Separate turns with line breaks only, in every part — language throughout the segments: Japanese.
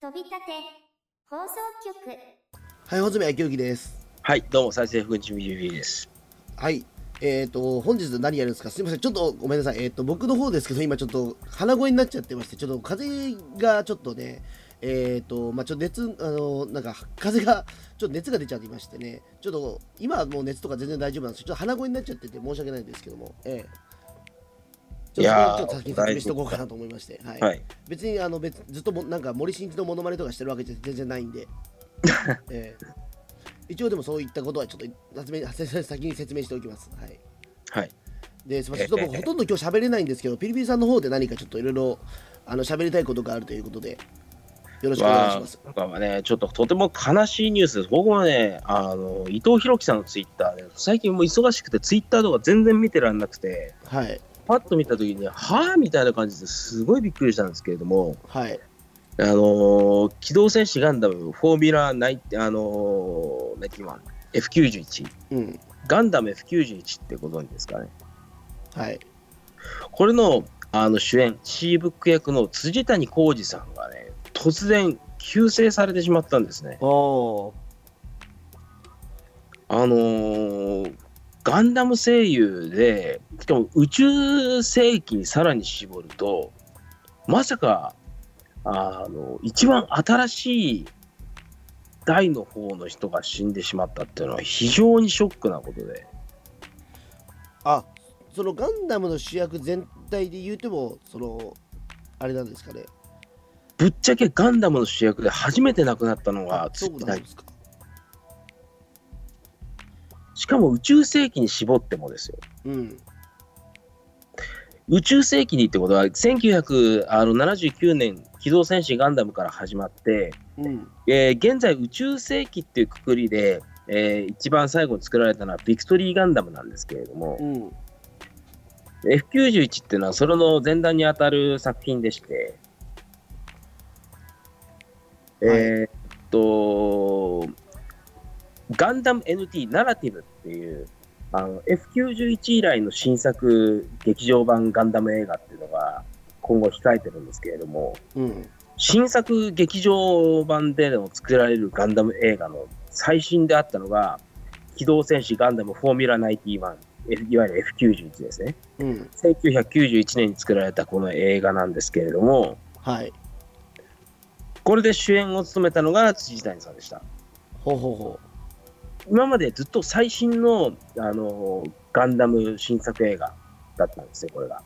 飛び立て放送局
はい、穂積明之です。
はい、どうも、再生福地 BGB です。
はい。えっ、と、本日何やるんですかすいません。ちょっとごめんなさい。えっ、と、僕の方ですけど、今ちょっと鼻声になっちゃってまして、ちょっと風邪がちょっとね、えっ、と、まあ、ちょっと熱、あの、なんか、風邪が、ちょっと熱が出ちゃっていましてね、ちょっと、今はもう熱とか全然大丈夫なんですけど、ちょっと鼻声になっちゃってて申し訳ないんですけども、ええ
いやー
ちょっと先に説明しておこうかなと思いまして、はい。
はい。
別に、あの、別ずっともなんか森進一のモノマネとかしてるわけじゃ全然ないんで、ええ一応でもそういったことはちょっと説明先に説明しておきます。はい、
はい。
で、すみません、ちょっと僕ほとんど今日喋れないんですけど、ピリピリさんの方で何かちょっといろいろあの喋りたいことがあるということで、よろしくお願いします。
わあ僕はね、ちょっととても悲しいニュースです。僕はね、あの、伊藤博樹さんのツイッターで、最近もう忙しくて、ツイッターとか全然見てらんなくて、
はい、
パッと見たときに、はぁみたいな感じですごいびっくりしたんですけれども、
はい、
あのー機動戦士ガンダム、フォーミュラーナイ、あのー、ナイティワン F91、
うん、
ガンダム F91 ってご存知ですかね。
はい、
これのあの主演、シーブック役の辻谷浩二さんがね、突然、急逝されてしまったんですね。
おお、
あのーガンダム声優で、しかも宇宙世紀にさらに絞ると、まさか、あの、一番新しい代の方の人が死んでしまったっていうのは非常にショックなことで、
あ、そのガンダムの主役全体で言うても、そのあれなんですかね。
ぶっちゃけガンダムの主役で初めて亡くなったのが
そう
辻
なん
谷
ですか。
しかも宇宙世紀に絞ってもですよ。
うん、
宇宙世紀にってことは1979年機動戦士ガンダムから始まって、
うん、
えー現在宇宙世紀っていうくくりで、えー一番最後に作られたのはビクトリーガンダムなんですけれども
う、ん、
F91 っていうのはそれの前段にあたる作品でして、
はい
えーっとガンダム NT ナラティブっていうあの F91 以来の新作劇場版ガンダム映画っていうのが今後控えてるんですけれども
うん、
新作劇場版での作られるガンダム映画の最新であったのが機動戦士ガンダムフォーミュラ91 F いわゆる F91 ですね
うん、
1991年に作られたこの映画なんですけれども、
はい、
これで主演を務めたのが辻谷さんでした。
ほうほうほ
今までずっと最新の、あのガンダム新作映画だったんですよ、これが。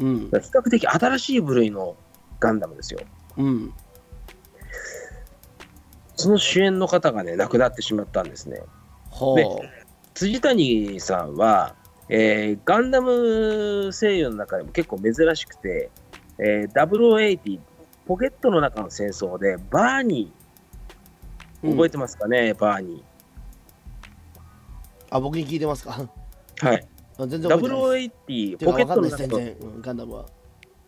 う、うん、
比較的新しい部類のガンダムですよ。
うん、
その主演の方がね、亡くなってしまったんですね。
ほ
ね辻谷さんは、えーガンダム声優の中でも結構珍しくて、えー、0080ポケットの中の戦争でバーニ
う
ー、
ん
覚えてますかね、バーニ
あ、僕に聞いてますか
ー。はい。
あ全然覚えてないです
0080
て
ポ
か
ケ
わか
ット
ん
の
ないです
中
全
の
然、うん、ガンダムは。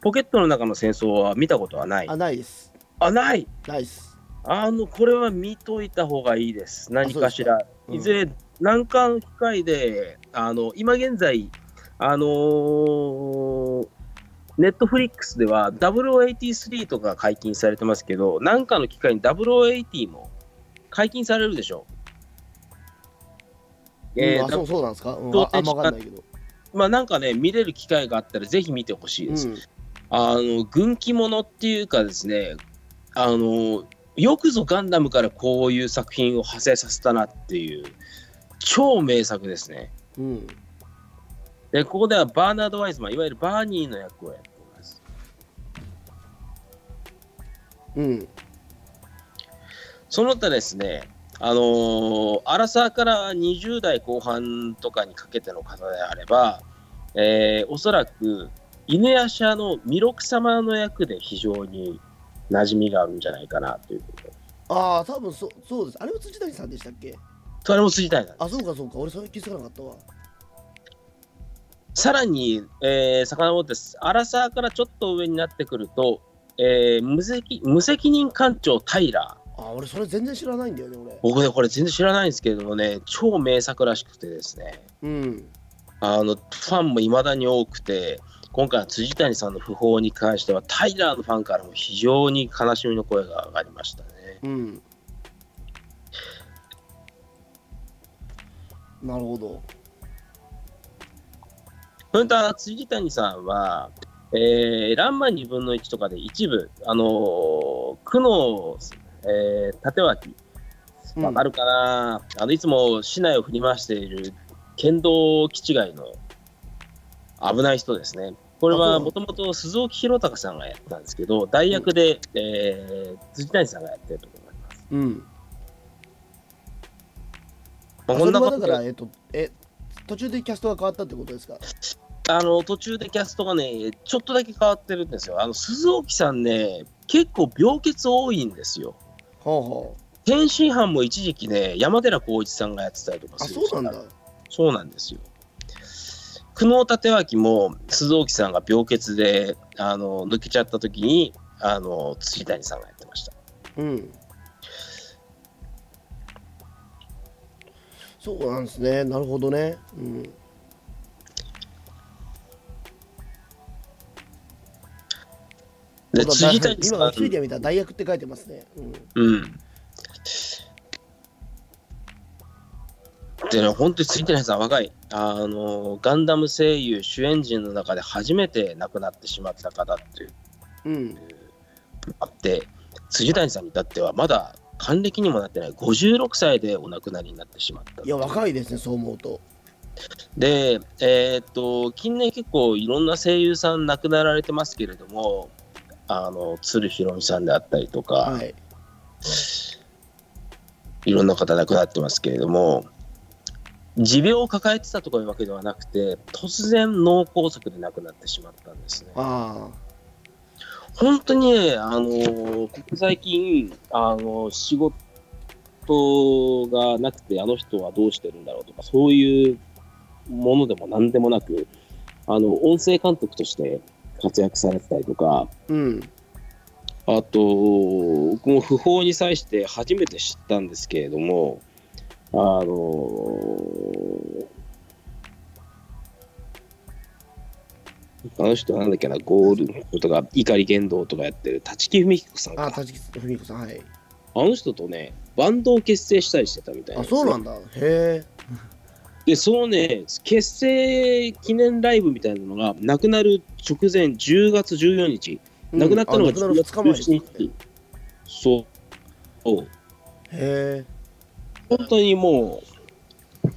ポケットの中の戦争は見たことはない
あ、。ないです。
あ、ない
ないです。
あの、これは見といた方がいいです。何かしら。
うん
いずれ、難関機会で、あの、今現在、あのーネットフリックスでは0083とか解禁されてますけど、何かの機会に0080も解禁されるでしょう。え
うん
ー
あ、そうそうなんですか、うん、
到
あ
底
あんまわかんないけど。
まあなんかね、見れる機会があったらぜひ見てほしいです。
うん、
あの軍記物っていうかですねあのよくぞガンダムからこういう作品を派生させたなっていう超名作ですね
うん、
でここではバーナード・ワイズマンいわゆるバーニーの役をやっています
うん、
その他ですねあのーアラサーから20代後半とかにかけての方であれば、えーおそらく犬やシャの弥勒様の役で非常に馴染みがあるんじゃないかなということ
ああ、多分そそうです。あれは辻谷さんでしたっけ
それも辻谷なんです
あ、そうかそうか、俺それ気づかなかったわ。
さらに、えー、遡ってす、アラサーからちょっと上になってくると、えー無責無責任艦長タイラー。
あ、俺それ全然知らないんだよね、俺。
僕ね、これ全然知らないんですけれどもね、超名作らしくてですね、
うん、
あの、ファンも未だに多くて、今回は辻谷さんの訃報に関しては、タイラーのファンからも非常に悲しみの声が上がりましたね。
うん。なるほど。
それと辻谷さんは、えー、ランマ2分の1とかで一部、あのー、区の、えー、立脇、
うん
わかるかな、あのいつも市内を振り回している剣道基地外の危ない人ですね。これ
あ
は
そう
もともと鈴木宏隆さんがやってたんですけど、代役で、えー、辻谷さんがやってるところがあります。
うん。
まあ、こ
そ
ん
れ
な
は
こ
だ
と
から、えっと、え、途中でキャストが変わったってことですか
あの途中でキャストがね、ちょっとだけ変わってるんですよ。あの鈴木さんね、結構病欠多いんですよ。
ほうほう。
天津飯も一時期ね、山寺宏一さんがやってたりとか
あ、
する
そうなんだ。。
そうなんですよ。久能立脇も鈴木さんが病欠であの抜けちゃった時にあの辻谷さんがやってました。
うん。そうなんですね。なるほどね。うん。
で
そうだ
辻谷さ
今、ウ
ん
ィキ、ペディア見たら大学って書いてますね。うん。
うん。でね、本当に辻谷さん若いあのガンダム声優主演陣の中で初めて亡くなってしまった方っていう
うん。
あって辻谷さんに至ってはまだ還暦にもなってない56歳でお亡くなりになってしまった
いや、若いですね、そう思うと。
で、えーっと近年結構いろんな声優さん亡くなられてますけれどもあの鶴ひろみさんであったりとか、
はい。
い、ろんな方亡くなってますけれども持病を抱えてたとかいうわけではなくて突然脳梗塞で亡くなってしまったんですね。
あ
本当にね、あのーここ最近、あのー仕事がなくて、あの人はどうしてるんだろうとか、そういうものでも何でもなく、あの、音声監督として活躍されてたりと
あ。
か、
うん。
あと、僕も不法に際して初めて知ったんですけれども、あのーあの人なんだっけな、ゴールドとか、碇言動とかやってる、立木文彦さん
あ、
か。
立木文子さん。はい。
あの人とね、バンドを結成したりしてたみたいな
あ、
んですよ
そうなんだ。へえ。
で、そのね、結成記念ライブみたいなのが、亡くなる直前、10月14日、
うん
亡くなったのが
あ亡くなる
10月
2日前ですね
17日。そう。そう
へえ。
本当にもう、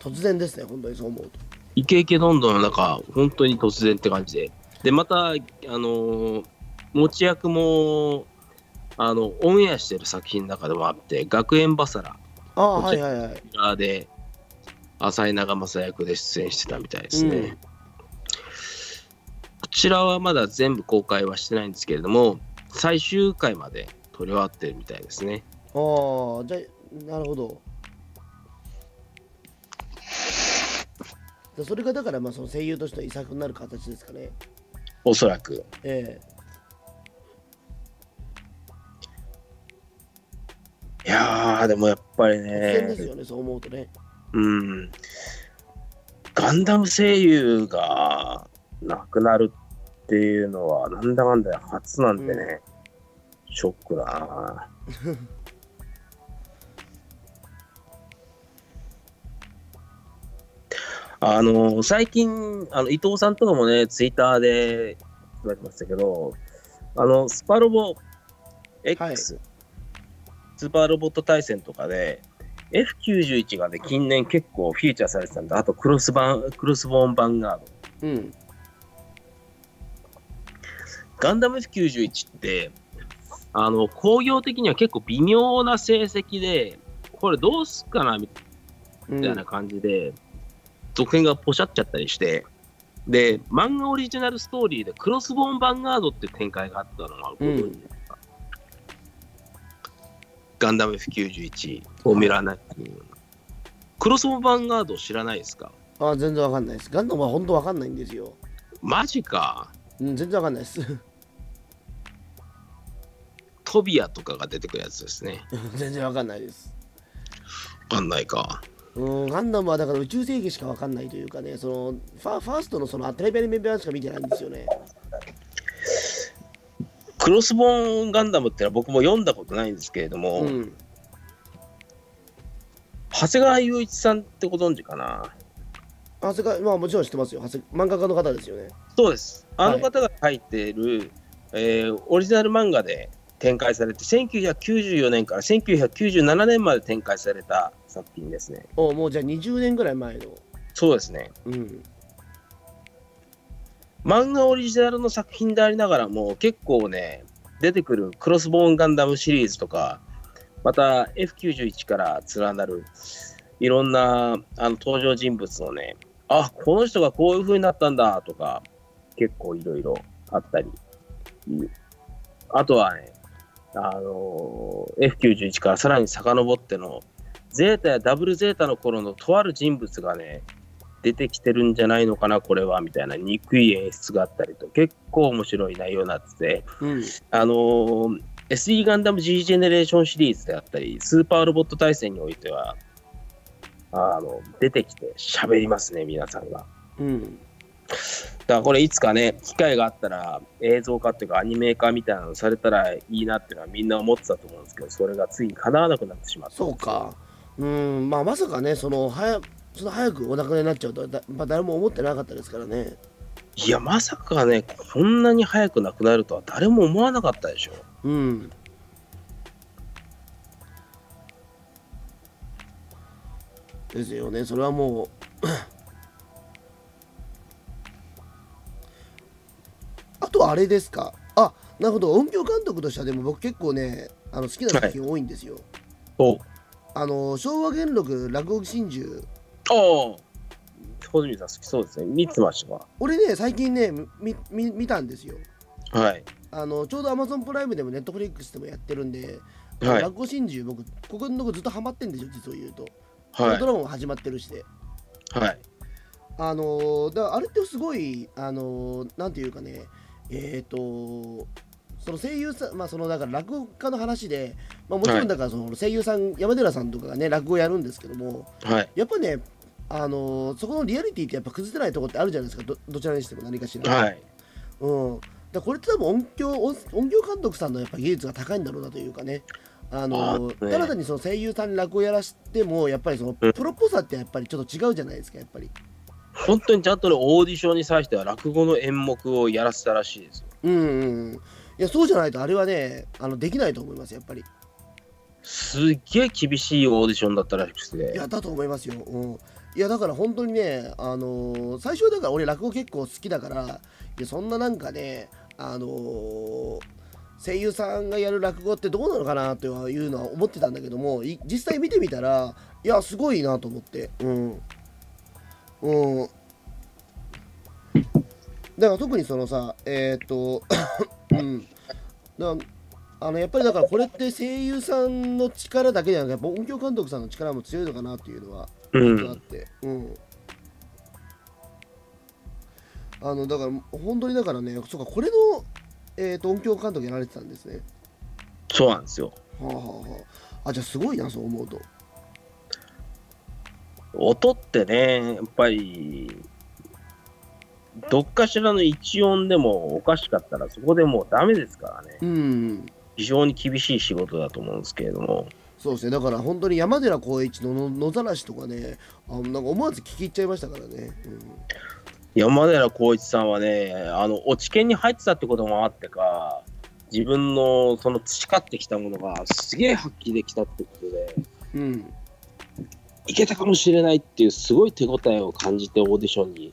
突然ですね、本当にそう思うと。
イケイケどんどんの中、本当に突然って感じで。で、また、あのー持ち役も、あの、オンエアしてる作品の中でもあって、学園バサラ
ああ、はいはいはい。
側で、浅井長政役で出演してたみたいですね。
うん
こちらはまだ全部公開はしてないんですけれども、最終回まで撮り終わってるみたいですね。
ああ、じゃあ、なるほど。でそれがだから、まあ、その声優としての遺作になる形ですかね。
おそらく。
え
いやー、でもやっぱり
え突然です
ね、
よね、そう思うとね。
うん、ガンダム声優がなくなるっていうのは、なんだかんだ初なんでね、ショックだな。あの最近あの、伊藤さんとかもね、ツイッターで言われてましたけど、あのスパロボ X、
はい
スーパーロボット対戦とかで、F91 がね、近年結構フィーチャーされてたんだ。あとクロスバン、クロスボーンバンガード。
うん。
ガンダム F91 って、あの、工業的には結構微妙な成績で、これどうすっかなみ
うん
たいな感じで、続編がポシャっちゃったりして、で、漫画オリジナルストーリーでクロスボーンバンガードっていう展開があったのが、ご存知ですかガンダム F91 を見らない。クロスボーンバンガード知らないですか
ああ、全然わかんないです。ガンダムは本当わかんないんですよ。
マジか。
うん、全然わかんないです。
トビアとかが出てくるやつですね。
全然わかんないです。
わかんないか。
うん、ガンダムはだから宇宙世紀しかわかんないというかね、そのファファーストのそのアトレベルメンバーしか見てないんですよね。
クロスボーンガンダムってのは僕も読んだことないんですけれども、
うん、
長谷川雄一さんってご存知かな
長谷川、まあもちろん知ってますよ。長谷漫画家の方ですよね。
そうです。あの方が書いている、えーオリジナル漫画で展開されて、1994年から1997年まで展開された作品ですね。
おもうじゃあ20年ぐらい前の。
そうですね。
うん。
漫画オリジナルの作品でありながらも、結構ね、出てくるクロスボーンガンダムシリーズとか、また F91 から連なるいろんなあの登場人物のね、あこの人がこういう風になったんだとか、結構いろいろあったり、あとはね、あの F91 からさらに遡っての、ゼータやダブルゼータの頃のとある人物がね、出てきてるんじゃないのかな、これは、みたいな憎い演出があったりと、結構面白い内容になってて、
うん。
あのー SE ガンダム G ジェネレーションシリーズであったり、スーパーロボット大戦においては、あの、出てきて喋りますね、皆さんが。
うん。
だからこれいつかね、機会があったら映像化っていうかアニメ化みたいなのされたらいいなっていうのはみんな思ってたと思うんですけど、それがついに叶わなくなってしまった。
そうか。うん。まあまさかね、その早その早くお亡くなりになっちゃうとはだ、まあ、誰も思ってなかったですからね。
いや、まさかね、こんなに早くなくなるとは誰も思わなかったでしょ。
うん。ですよね、それはもう。 あとはあれですか。あなるほど、音響監督としては、でも僕結構ね、あの好きな作品多いんですよ。
おう
あの昭和元禄落語真珠。
ああ、小泉さん好きそうですね。見てましたか。
俺ね、最近ね、みみ見たんですよ。
はい。
あのちょうど Amazon プライムでも Netflix でもやってるんで、
はい
落語真珠、僕、ここのとこずっとハマってんですよ、実を言うと。
は
ドラマも始まってるしで。
い。はい。
あのーだからあれってすごい、あのーなんていうかね、えっ、と、その声優さん、まあ、そのだから落語家の話で、まあ、もちろ
は
ん
い
だからその声優さん、山寺さんとかがね、落語やるんですけども、
はい。
やっぱね、あのーそこのリアリティってやっぱ崩せないところってあるじゃないですか、どどちらにしても何かしら。
はい。
うん、だこれって多分音響音音響監督さんのやっぱ技術が高いんだろうなというかね。あの
あーね
ただ単にその声優さんに落語やらしてもやっぱりその
うん
プロっぽさってやっぱりちょっと違うじゃないですかやっぱり
本当にちゃんとね、オーディションに際しては落語の演目をやらせたらしいですよ。
うんうんうんいやそうじゃないとあれはねあのできないと思いますやっぱり
すっげえ厳しいオーディションだったらしく
い
て
や。だと思いますよ、うん、いやだから本当にねあのー最初はだから俺落語結構好きだからいやそんななんかねあのー声優さんがやる落語ってどうなのかなというのは思ってたんだけどもい実際見てみたらいやすごいなと思ってうんうんだから特にそのさえーっと うんだからあのやっぱりだからこれって声優さんの力だけじゃなくてやっぱ音響監督さんの力も強いのかなっていうのは
う
あっ
ん。
て、うんあのだから本当にだからねそうかこれの、えー、と音響監督やられてたんですね
そうなんですよ。
はあはあはああじゃあすごいなそう思うと
音ってね、やっぱり、どっかしらの一音でもおかしかったらそこでもうダメですからね。
うん
非常に厳しい仕事だと思うんですけれども。
そうですねだから本当に山寺宏一のの野ざらしとかねあのなんか思わず聞き入っちゃいましたからね、
山寺宏一さんはね、あの落研に入ってたってこともあってか、自分のその培ってきたものがすげえ発揮できたってことで、
うん、うん、
いけたかもしれないっていうすごい手応えを感じてオーディションに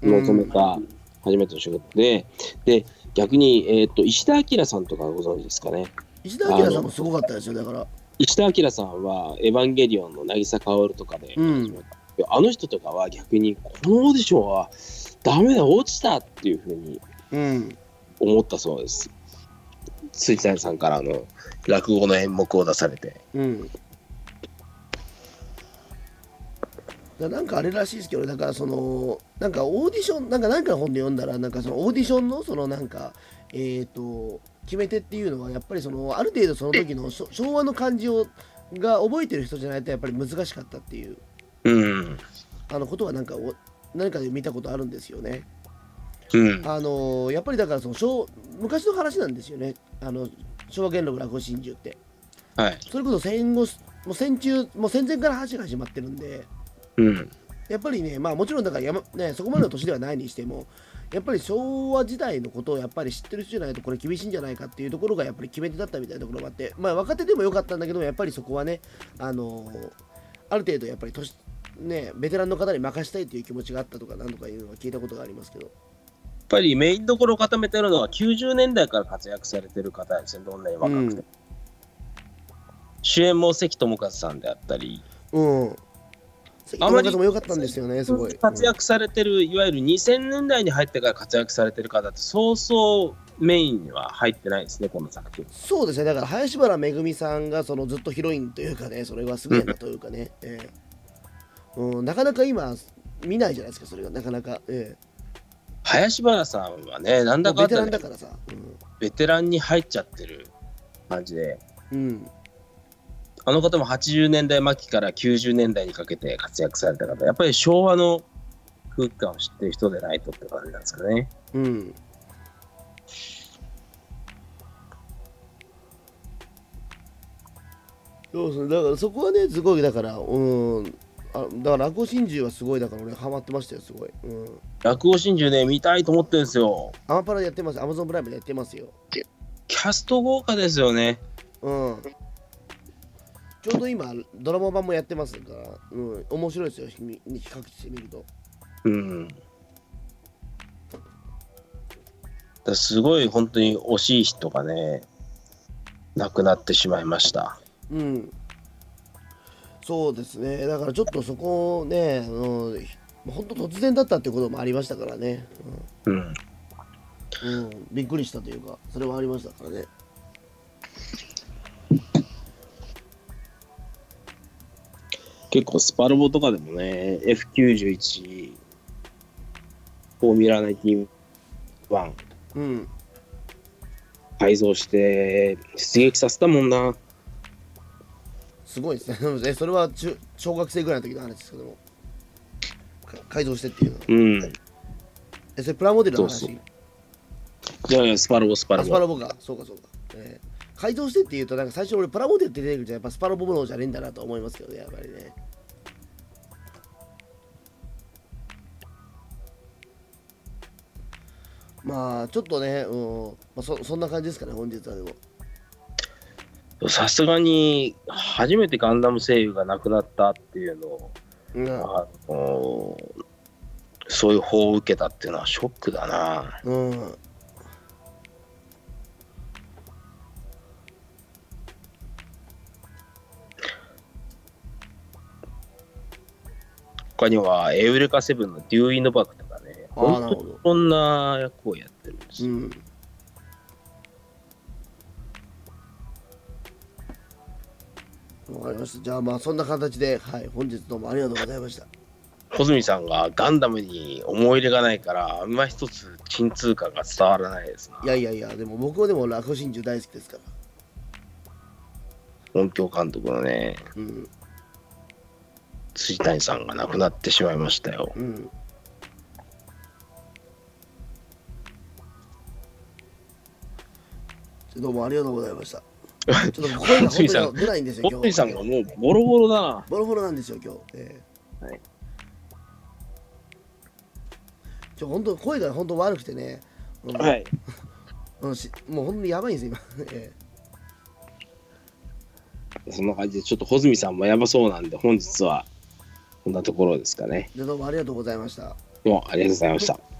臨めた初めての仕事で、で逆に、えー、と石田明さんとかご存知ですかね。
石田明さんもすごかったですよだから
石田明さんは「エヴァンゲリオン」の渚薫とかで、
うん
あの人とかは逆にこのオーディションはダメだ落ちたっていうふうに
うん
思ったそうです水谷さんからの落語の演目を出されて
うんだなんかあれらしいですけどだからそのなんかオーディションなんか何かの本で読んだらなんかそのオーディションのそのなんかえっ、と決め手っていうのはやっぱりそのある程度その時のしょ昭和の感じをが覚えてる人じゃないとやっぱり難しかったっていう
うん。
あのことはなんかお何かで見たことあるんですよね。
うん。
あのーやっぱりだからその昭昔の話なんですよねあの昭和元禄落語真珠って
はい。
それこそ戦後もう戦中もう戦前から話が始まってるんで
うん。
やっぱりねまあもちろんだから山、ね、そこまでの年ではないにしてもやっぱり昭和時代のことをやっぱり知ってる人じゃないとこれ厳しいんじゃないかっていうところがやっぱり決め手だったみたいなところもあってまあ若手でもよかったんだけどもやっぱりそこはねあのーある程度やっぱり年ねベテランの方に任したいという気持ちがあったとかなんとかいうのは聞いたことがありますけど
やっぱりメインどころを固めてるのは90年代から活躍されてる方ですね、どんなに若くても。
うん
主演も関智一さんであったり、
うん。関東風も良かったんですよね、すごい。
活躍されてる、いわゆる2000年代に入ってから活躍されてる方って、そうそうメインには入ってないですね、この作品
うん。そうですね、だから林原めぐみさんがそのずっとヒロインというかね、それはすげえなというかね、ええうん、なかなか今、見ないじゃないですか、それがなかなか。え
林原さんはね、なん
えも
だ
う
かん
ベテラ
だ
ンだ
で
からさ。
ベテランに入っちゃってる感じで、
うん。うん
あの方も80年代末期から90年代にかけて活躍された方、やっぱり昭和の空気感を知ってる人でないとって感じなんですかね。
うんそうですね、だからそこはね、すごい、だから、うん、あだから、落語真珠はすごい、だから俺、ハマってましたよ、すごい。うん。
落語真珠ね、見たいと思ってるんですよ。
アマパラでやってます、アマゾンプライムでやってますよ。
キャスト豪華ですよね。
うん。ちょうど今、ドラマ版もやってますから、うん、面白いですよ、ひみ比較してみると。
うん。だからすごい本当に惜しい人がね、亡くなってしまいました。
うん。そうですね、だからちょっとそこをね、うん、本当突然だったってこともありましたからね、
うん。
うんうん、びっくりしたというか、それはありましたからね。
結構スパルボとかでもね、F91、フォーミュラ91
うん、
改造して出撃させたもんな。
すごいですね え。それは中小学生ぐらいの時の話ですけども、か改造してっていうのは。
うん。
え、それプラモデルの話
そうそうじゃあスパルボ、スパル
あ
ボ。
スパラボか、そうかそうか。えー、改造してって言うと、なんか最初俺パラモデルって出てくるじゃん、やっぱスパラボものじゃねえんだなと思いますけどね、やっぱりね。まあちょっとね、うんまあ、そそんな感じですかね、本日はでも。
さすがに初めてガンダム声優が亡くなったっていうのを、
う
あのそういう法を受けたっていうのはショックだな。
ん。うん、
他にはエウレカセブンのデューイ・ノバクとかね、
あー
本
なるほど
当にいろんな役をやってるんです
う
よ。
ん。わかりました。じゃあまあそんな形で、はい、本日どうもありがとうございました。
小泉さんがガンダムに思い入れがないから、あんま一つ鎮痛感が伝わらないです
い
な。
やいやいや、でも僕はでも落語真珠大好きですから。
音響監督のね、
うん。
辻谷さんが亡くなってしまいましたよ。
うん。どうもありがとうございま した。ちょっと声が本当に出ないんですよ、
小
今
泉
日。
さんがもうボロボロだな。
ボロボロなんですよ、今日。ええ
はい
ちょ、本当声が本当悪くてね。うん
はい。
うんしもう本当にやばいんですよ、今。 え
そんな感じで、ちょっと穂積さんもやばそうなんで、本日はこんなところですかね。
えでどうもありがとうございました。
どうもありがとうございました。